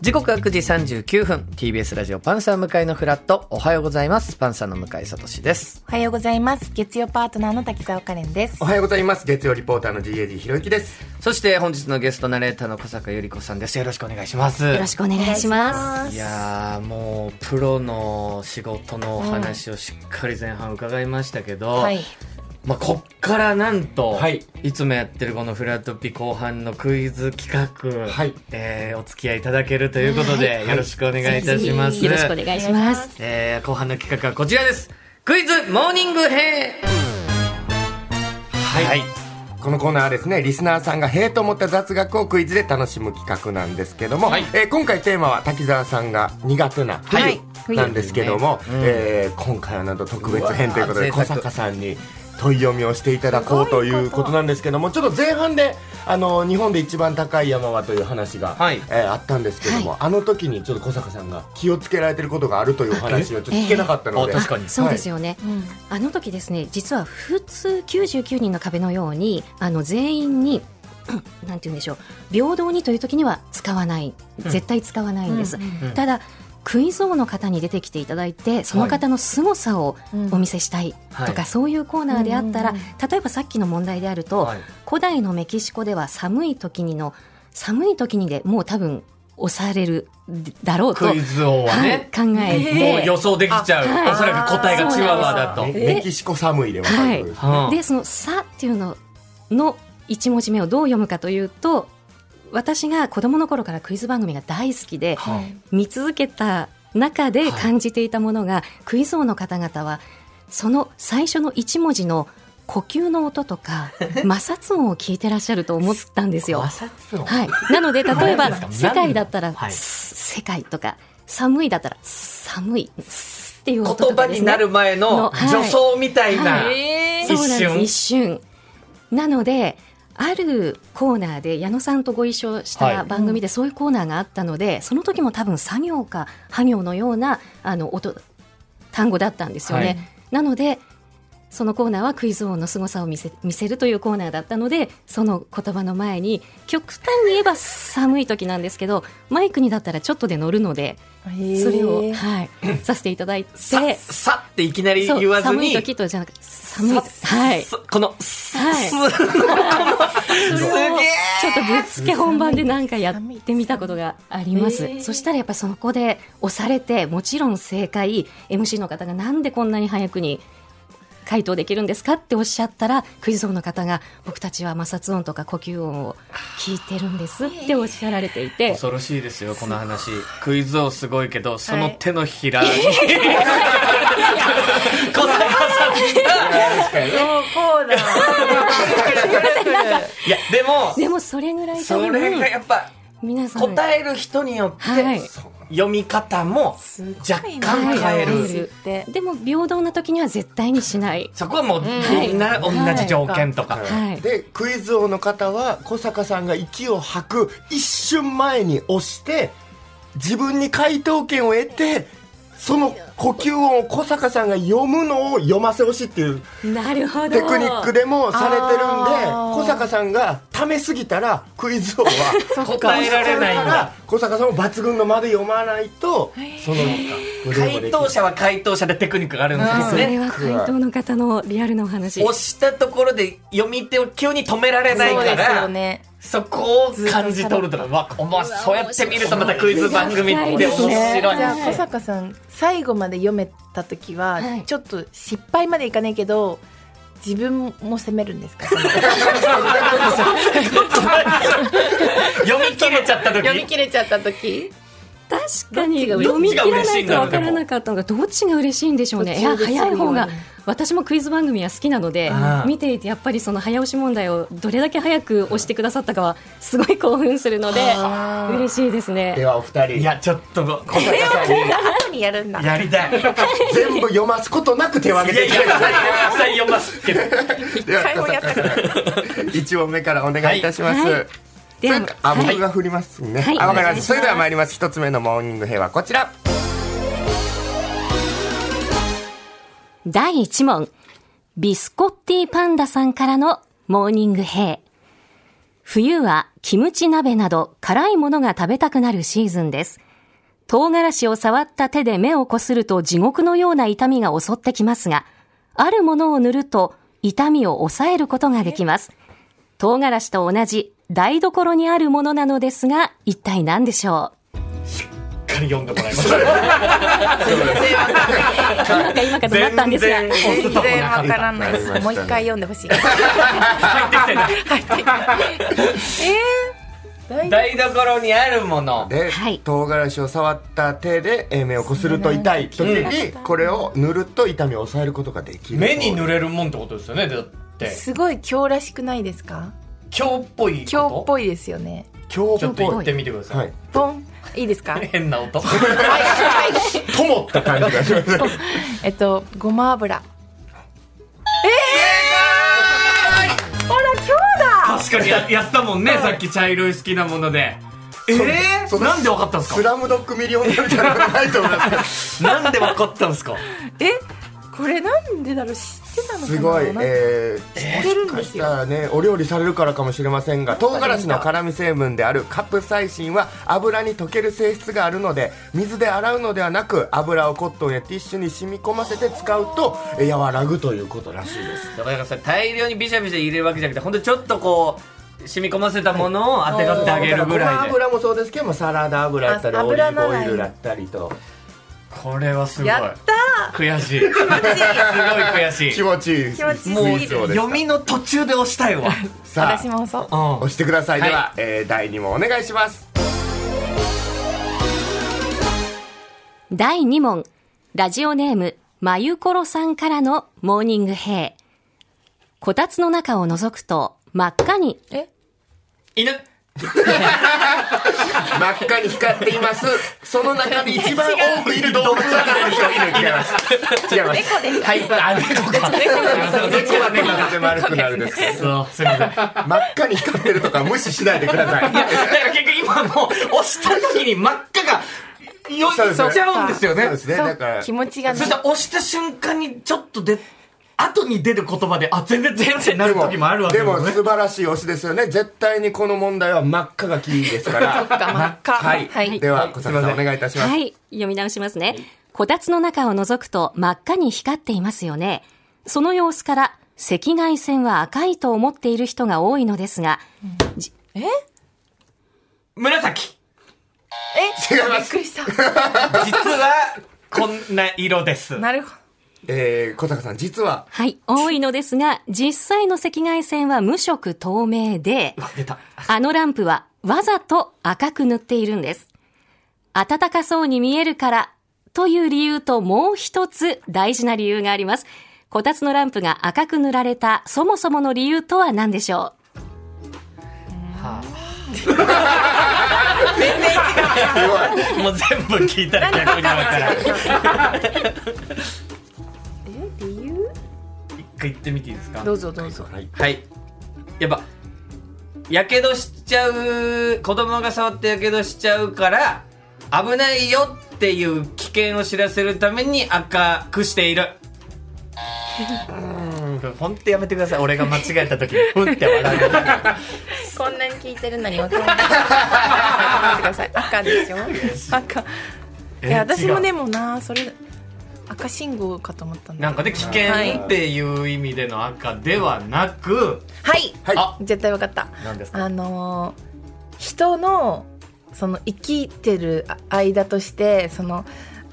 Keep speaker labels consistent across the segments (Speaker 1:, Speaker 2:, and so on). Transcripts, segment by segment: Speaker 1: 時刻は9時39分 TBS ラジオパンサー向井のフラットおはようございますパンサーの向井聡です
Speaker 2: おはようございます。月曜パートナーの滝沢カレンです
Speaker 3: お。はようございます。月曜リポーターの GAD ひろゆきです。
Speaker 1: そして本日のゲストナレーターの小坂由里子さんですよろしくお願いします
Speaker 4: よろしくお願いします。
Speaker 1: いやーもうプロの仕事のお話をしっかり前半伺いましたけど、
Speaker 2: はい。
Speaker 1: まあ、こっからなんと、
Speaker 3: はいい、
Speaker 1: つもやってるこのフラットピ後半のクイズ企画、
Speaker 3: はい
Speaker 1: えーお付き合いいただけるということで、よろしくお願いいたします。
Speaker 4: よろしくお願いします。
Speaker 1: えー後半の企画はこちらです。クイズモーニング編はい、
Speaker 3: このコーナーはですね、リスナーさんがへえと思った雑学をクイズで楽しむ企画なんですけども、
Speaker 1: はい
Speaker 3: えー今回テーマは滝沢さんが苦手な
Speaker 1: はい
Speaker 3: 冬なんですけども、えー今回はなんと特別編ということで
Speaker 1: うわー
Speaker 3: 小
Speaker 1: 贅沢
Speaker 3: 坂さんに問い読みをしていただこうということなんですけどもちょっと前半であの日本で一番高い山はという話が、
Speaker 1: はい
Speaker 3: えーあったんですけども、あの時にちょっと小坂さんが気をつけられてることがあるというお話をちょっと聞けなかったので、
Speaker 1: ええあ確かに
Speaker 4: そうですよね。
Speaker 2: うん。
Speaker 4: あの時ですね、実は普通99人の壁のように、あの全員に、 うんなんて言うんでしょう、平等にという時には使わない、絶対使わないんです。
Speaker 1: うん
Speaker 4: ただ、クイズ王の方に出てきていただいて、その方の凄さをお見せしたいとか、
Speaker 1: はい
Speaker 4: そういうコーナーであったら、
Speaker 2: うんうん
Speaker 4: 例えばさっきの問題であると、
Speaker 1: はい
Speaker 4: 古代のメキシコでは寒い時にの寒い時にでもう多分押されるだろうと、
Speaker 1: クイズ王はね、
Speaker 4: はい考えて、
Speaker 1: もう予想できちゃう、
Speaker 4: はい
Speaker 1: おそらく答えがチワワだと。
Speaker 3: メ
Speaker 4: え
Speaker 3: メキシコ寒いでわかるという
Speaker 1: うん
Speaker 4: でその「さ」っていうのの一文字目をどう読むかというと私が子供の頃からクイズ番組が大好きで
Speaker 1: は
Speaker 4: 見続けた中で感じていたものが、クイズ王の方々はその最初の一文字の呼吸の音 とか摩擦音を聞いてらっしゃると思ったんですよ。はい、なので例え
Speaker 1: 何ですか
Speaker 4: ば世界だったら
Speaker 1: はい
Speaker 4: 「す世界」とか寒いだったら「寒い」すっていう音と
Speaker 1: 言
Speaker 4: か
Speaker 1: 葉
Speaker 4: ですね、
Speaker 1: になる前の
Speaker 4: のはい
Speaker 1: 助走みたいな。
Speaker 4: は
Speaker 1: 一
Speaker 4: そうなんです
Speaker 1: 瞬
Speaker 4: 一瞬なのであるコーナーで矢野さんとご一緒し
Speaker 1: はい
Speaker 4: た番組でそういうコーナーがあったので、その時も多分作業か破行のようなあの音単語だったんですよね、
Speaker 1: はい
Speaker 4: なのでそのコーナーはクイズ王の凄さを見せ見せるというコーナーだったのでその言葉の前に極端に言えば寒い時なんですけどマイクにだったらちょっとで乗るのでそれを、はい、させていただいて
Speaker 1: ささっていきなり
Speaker 4: そう
Speaker 1: 言わず
Speaker 4: 寒い
Speaker 1: に、
Speaker 4: 時とじゃなくて寒い
Speaker 1: さ
Speaker 4: はい
Speaker 1: すこの、す、
Speaker 4: はい
Speaker 1: す、この、すげえ
Speaker 4: ちょっとぶっつけ本番でなんかやってみたことがあります、
Speaker 2: 寒い
Speaker 4: そしたらやっぱそこで押されてもちろん正解 MC の方がなんでこんなに早くに回答できるんですかっておっしゃったらクイズ王の方が僕たちは摩擦音とか呼吸音を聞いてるんですっておっしゃられていて
Speaker 1: 恐ろしいですよ、この話。クイズ王すごいけど、その手のひらに。小坂さん
Speaker 2: そうだ。
Speaker 1: いや、でも、
Speaker 4: でもそれぐらい多
Speaker 1: それが
Speaker 4: 分
Speaker 1: やっぱ、
Speaker 4: 皆さん
Speaker 1: 答える人によっ
Speaker 4: は
Speaker 1: て
Speaker 4: い、
Speaker 1: 読み方も若干変え
Speaker 4: はい
Speaker 1: る。
Speaker 2: って。
Speaker 4: でも平等な時には絶対にしない。
Speaker 1: そこはもう、
Speaker 4: はい
Speaker 1: みんな同じ条件とか。
Speaker 4: はい
Speaker 3: でクイズ王の方は小坂さんが息を吐く一瞬前に押して自分に回答権を得てその呼吸音を小坂さんが読むのを読ませほしいっていう
Speaker 4: なるほど
Speaker 3: テクニックでもされてるんで
Speaker 2: あー
Speaker 3: 小坂さんがためすぎたらクイズ王は
Speaker 1: 答えられないんだ。
Speaker 3: 小坂さんも抜群の間で読まないとそのご利用もで
Speaker 1: 回
Speaker 3: きない
Speaker 1: 答者は回答者でテクニックがあるんです
Speaker 4: そ
Speaker 1: ね
Speaker 4: れ。は回答の方のリアルなお話
Speaker 1: 押したところで読み手を急に止められない
Speaker 2: そう
Speaker 1: か
Speaker 2: ですよ
Speaker 1: ら、
Speaker 2: ね。
Speaker 1: そこを感じ取るとか、わ、お前そうやって見るとまたクイズ番組って面
Speaker 4: そうです
Speaker 1: 白い。
Speaker 4: ね
Speaker 2: じゃあ小坂さん最後まで読めた時は
Speaker 4: はい
Speaker 2: ちょっと失敗までいかないけど自分も責めるんですか。
Speaker 1: 読み切れちゃった時。
Speaker 2: 読み切れちゃった時。
Speaker 4: 確かに
Speaker 2: どっちが
Speaker 4: 読み切らないと
Speaker 1: どっちが嬉しいんだろ
Speaker 4: わ
Speaker 1: うでも
Speaker 4: からなかったのがどっちが嬉しいんでしょうねいや
Speaker 2: 途中で
Speaker 4: 早い方
Speaker 2: す
Speaker 4: が
Speaker 2: ぐに
Speaker 4: 私もクイズ番組は好きなので
Speaker 1: ああ
Speaker 4: 見ていてやっぱりその早押し問題をどれだけ早く押してくださったかはすごい興奮するので嬉しいです
Speaker 3: で
Speaker 4: ね
Speaker 3: はお二人
Speaker 1: いや、ちょっと、
Speaker 3: 小坂さんに
Speaker 2: 後にやるんだ。
Speaker 1: やりたい。い
Speaker 3: 全部読ますことなく手を挙
Speaker 1: や
Speaker 3: げて
Speaker 1: いや、
Speaker 3: いただきたい
Speaker 1: 絶対読ます けど。
Speaker 3: では
Speaker 2: 回もやったから
Speaker 3: 一問目からお願いいたします。
Speaker 4: はいはい
Speaker 3: それ
Speaker 4: では
Speaker 3: あ、僕が振りますね。
Speaker 4: はい
Speaker 3: あ、わかりま
Speaker 4: お願いしま
Speaker 3: し
Speaker 4: す
Speaker 3: た。それでは参ります。一つ目のモーニングヘイはこちら。
Speaker 4: 第1問ビスコッティパンダさんからのモーニングヘイ冬はキムチ鍋など辛いものが食べたくなるシーズンです。唐辛子を触った手で目をこすると地獄のような痛みが襲ってきますが、あるものを塗ると痛みを抑えることができます。唐辛子と同じ台所にあるものなのですが、一体何でしょ
Speaker 5: 回読んでもらいました。
Speaker 4: うなんか今かと思ったんですが。
Speaker 2: 全然わからないです
Speaker 3: なり
Speaker 2: もう
Speaker 3: まし
Speaker 2: 一
Speaker 3: たね
Speaker 2: 回読んでほしい入ってきたえー
Speaker 1: 台所にあるもの
Speaker 3: で、
Speaker 4: はい
Speaker 3: 唐辛子を触った手でえー目をこすると痛い時にこれを塗ると痛みを抑えることができる
Speaker 5: 目に塗れるもんってことですよね。だって
Speaker 2: すごい今日らしくないですか
Speaker 5: 今日っぽいこと。
Speaker 2: 今日っぽいですよね
Speaker 3: 強
Speaker 5: ちょっと
Speaker 3: ぽ
Speaker 5: 言ってみてくださ。
Speaker 3: はいい
Speaker 2: ポンいいですか
Speaker 5: 変な音。
Speaker 2: はい
Speaker 5: ともって感じがします。
Speaker 2: えっとごま油えー、ほら今日だ
Speaker 5: 確かにややったもんね。さっき茶色い好きなもので。え
Speaker 3: そ
Speaker 5: ー、
Speaker 3: そ
Speaker 5: なんでわかったんです
Speaker 3: スラムドッグミリオンみたいなことないと思います
Speaker 5: か。なんでわかったんですか。
Speaker 2: えこれなんでだろう知ってたのかな
Speaker 3: すごい
Speaker 2: なんか
Speaker 3: え
Speaker 2: 知って
Speaker 3: ー
Speaker 2: る
Speaker 3: も
Speaker 2: ん
Speaker 3: しか
Speaker 2: です
Speaker 3: し
Speaker 2: よ
Speaker 3: たらねお料理されるからかもしれませんが唐辛子の辛み成分であるカプサイシンは油に溶ける性質があるので水で洗うのではなく油をコットンやティッシュに染み込ませて使うとえー和らぐということらしいです
Speaker 1: だからさ大量にビシャビシャ入れるわけじゃなくて本当にちょっとこう染み込ませたものをあてがってあげるぐらいで
Speaker 3: ごま油もそうですけどもサラダ油だったり
Speaker 2: あ
Speaker 3: オリー
Speaker 2: 油
Speaker 3: ブ
Speaker 2: な
Speaker 3: オ
Speaker 2: ら
Speaker 3: イルだったりと
Speaker 5: これはすごい。
Speaker 2: やった
Speaker 5: 悔しい。すごい悔し
Speaker 3: 気持ちいい
Speaker 2: 気持ちいい
Speaker 5: もう
Speaker 2: いいです
Speaker 5: 読みの途中で押したいわ。
Speaker 2: ー
Speaker 3: さ
Speaker 2: 私
Speaker 3: あ
Speaker 2: もそう
Speaker 5: うん
Speaker 3: 押。してください、
Speaker 5: はい
Speaker 3: では、えー第2問お願いします
Speaker 4: 第2問、ラジオネーム、まゆころさんからのモーニングヘイ。こたつの中を覗くと、真っ赤に、
Speaker 2: え
Speaker 1: 犬
Speaker 3: 真っ赤に光っていますその中で一番多くいる動物は何でしょう違います違います
Speaker 2: 猫です
Speaker 5: はい、あ、猫か。
Speaker 3: 猫は猫がとても丸くなるですけ
Speaker 5: そう、すみません。いや、
Speaker 3: ど真っ赤に光ってるとか無視しないでください
Speaker 5: だから結局今もう押した時に真っ赤が、よい
Speaker 3: そうですね
Speaker 5: しちゃうんですよ
Speaker 3: そう
Speaker 5: ね
Speaker 3: で。すね
Speaker 2: そう
Speaker 3: だから
Speaker 2: 気持ちがね
Speaker 5: そして押した瞬間にちょっとで、後に出る言葉で、あ、全然全然なる時もあるわけ
Speaker 3: でも
Speaker 5: すね
Speaker 3: 素晴らしい推しですよね絶対にこの問題は真っ赤がキーですから
Speaker 2: 真っ赤
Speaker 3: はい、
Speaker 2: はい
Speaker 3: では小坂さんお願いいたします、
Speaker 4: はい、読み直しますね。こたつの中を覗くと真っ赤に光っていますよね。その様子から、赤外線は赤いと思っている人が多いのですが、じ
Speaker 2: え
Speaker 5: 紫。
Speaker 2: え
Speaker 3: 違います
Speaker 2: びっくりした
Speaker 5: 実は、こんな色です。
Speaker 2: なるほど
Speaker 3: えー、小坂さん実は
Speaker 4: はい、多いのですが、実際の赤外線は無色透明で、
Speaker 5: 出た。
Speaker 4: あのランプはわざと赤く塗っているんです。暖かそうに見えるからという理由ともう一つ大事な理由があります。こたつのランプが赤く塗られたそもそもの理由とは何でしょ
Speaker 5: もう全部聞いたら逆に分からん。
Speaker 2: え理由
Speaker 5: 一回言ってみていいですか
Speaker 2: どうぞどうぞ
Speaker 3: はい
Speaker 1: はいやっぱやけどしちゃう子供が触ってやけどしちゃうから危ないよっていう危険を知らせるために赤くして いる
Speaker 5: 本当やめてください。俺が間違えた時に、ふんって笑う。
Speaker 2: こんなに聞いてるのにわかんない。待ってください。赤で しょ。赤。い
Speaker 5: え
Speaker 2: や私も
Speaker 5: 違
Speaker 2: でもなそれ赤信号かと思ったんだ。
Speaker 5: なんかで危険っていう意味での赤ではなく、
Speaker 2: はい。
Speaker 3: はい
Speaker 5: あ
Speaker 2: 絶対わかった。
Speaker 5: 何ですか
Speaker 2: あのー人のその生きてる間としてその。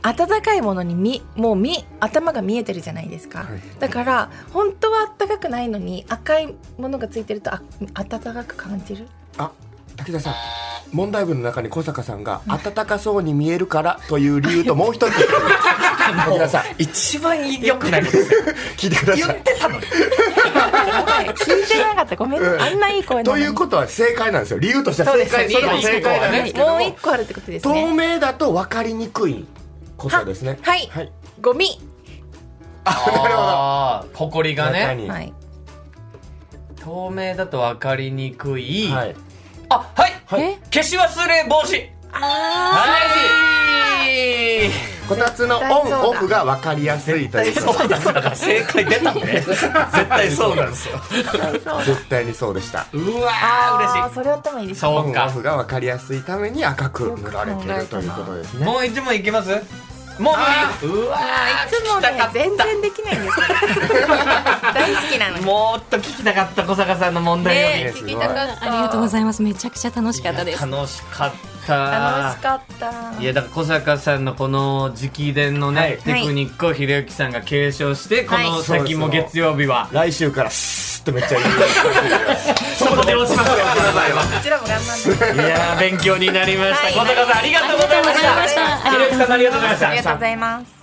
Speaker 2: 暖かいものにみもうみ頭が見えてるじゃないですか、
Speaker 3: はい
Speaker 2: だから本当は暖かくないのに赤いものがついてるとあ暖かく感 じる
Speaker 3: あ滝田さん問題文の中に小坂さんが暖かそうに見えるからという理由ともう 一つ滝田さん
Speaker 5: 一番良くないことですよ
Speaker 3: 聞いてくだ
Speaker 5: 言
Speaker 3: さ
Speaker 5: っ
Speaker 3: い
Speaker 5: てたのに
Speaker 2: はい聞いてなかったごめん、
Speaker 3: うん
Speaker 2: あんないい声なの
Speaker 3: と
Speaker 2: に
Speaker 3: いうことは正解なんですよ理由としては正解
Speaker 5: そう
Speaker 3: そ
Speaker 5: です
Speaker 3: れも正解なんですけども
Speaker 2: もう一個あるってことです
Speaker 3: 透
Speaker 2: ね
Speaker 3: 明だと分かりにくいことですね
Speaker 2: ははい
Speaker 3: はい
Speaker 2: ゴミ
Speaker 3: あ
Speaker 5: あー埃
Speaker 3: な
Speaker 5: が
Speaker 3: るほど中
Speaker 5: ね
Speaker 3: に
Speaker 2: はい
Speaker 1: 透明だと分かりにくい、
Speaker 3: はい
Speaker 1: あはい
Speaker 3: はい
Speaker 2: え
Speaker 1: 消し忘れ防止
Speaker 2: あ
Speaker 1: はい
Speaker 3: こたつのオンオフが分かりやすいという
Speaker 5: そうなんですだから正解出たんで絶対そうなんですよ
Speaker 3: 絶対にそうでした
Speaker 1: うわー
Speaker 2: あ
Speaker 1: 嬉し
Speaker 2: それやったもいいで
Speaker 1: い
Speaker 2: すね
Speaker 1: そ
Speaker 3: オ
Speaker 1: う
Speaker 3: ンオ
Speaker 1: か
Speaker 3: フが分かりやすいために赤く塗られてるということですね
Speaker 1: もう一問いきますもう無理う
Speaker 2: い
Speaker 1: わ
Speaker 2: つも
Speaker 1: 聞きた
Speaker 2: ね
Speaker 1: かっ
Speaker 2: 全然できないんですよ大好きなのに
Speaker 1: もっと聞きたかった小坂さんの問題より、
Speaker 2: ね聞きたかった
Speaker 4: ありがとうござ
Speaker 2: い
Speaker 4: います。めちゃくちゃ楽しかったです。
Speaker 1: 楽しかった
Speaker 2: 楽しかった
Speaker 1: いやだから小坂さんのこの直伝のね、
Speaker 3: はい
Speaker 1: テクニックをひろゆきさんが継承して、
Speaker 2: はい
Speaker 1: この先も月曜日は
Speaker 3: 来週からスーッとめっちゃ言う
Speaker 1: そこで落ちますよこの場合は
Speaker 2: こちらも頑張って
Speaker 1: いやー勉強になりました、
Speaker 2: はい
Speaker 1: 小坂さんありがとうございまし
Speaker 2: ありがと
Speaker 1: た
Speaker 2: うございました
Speaker 1: ひろゆきさんありがとうございました
Speaker 2: ありがとうございます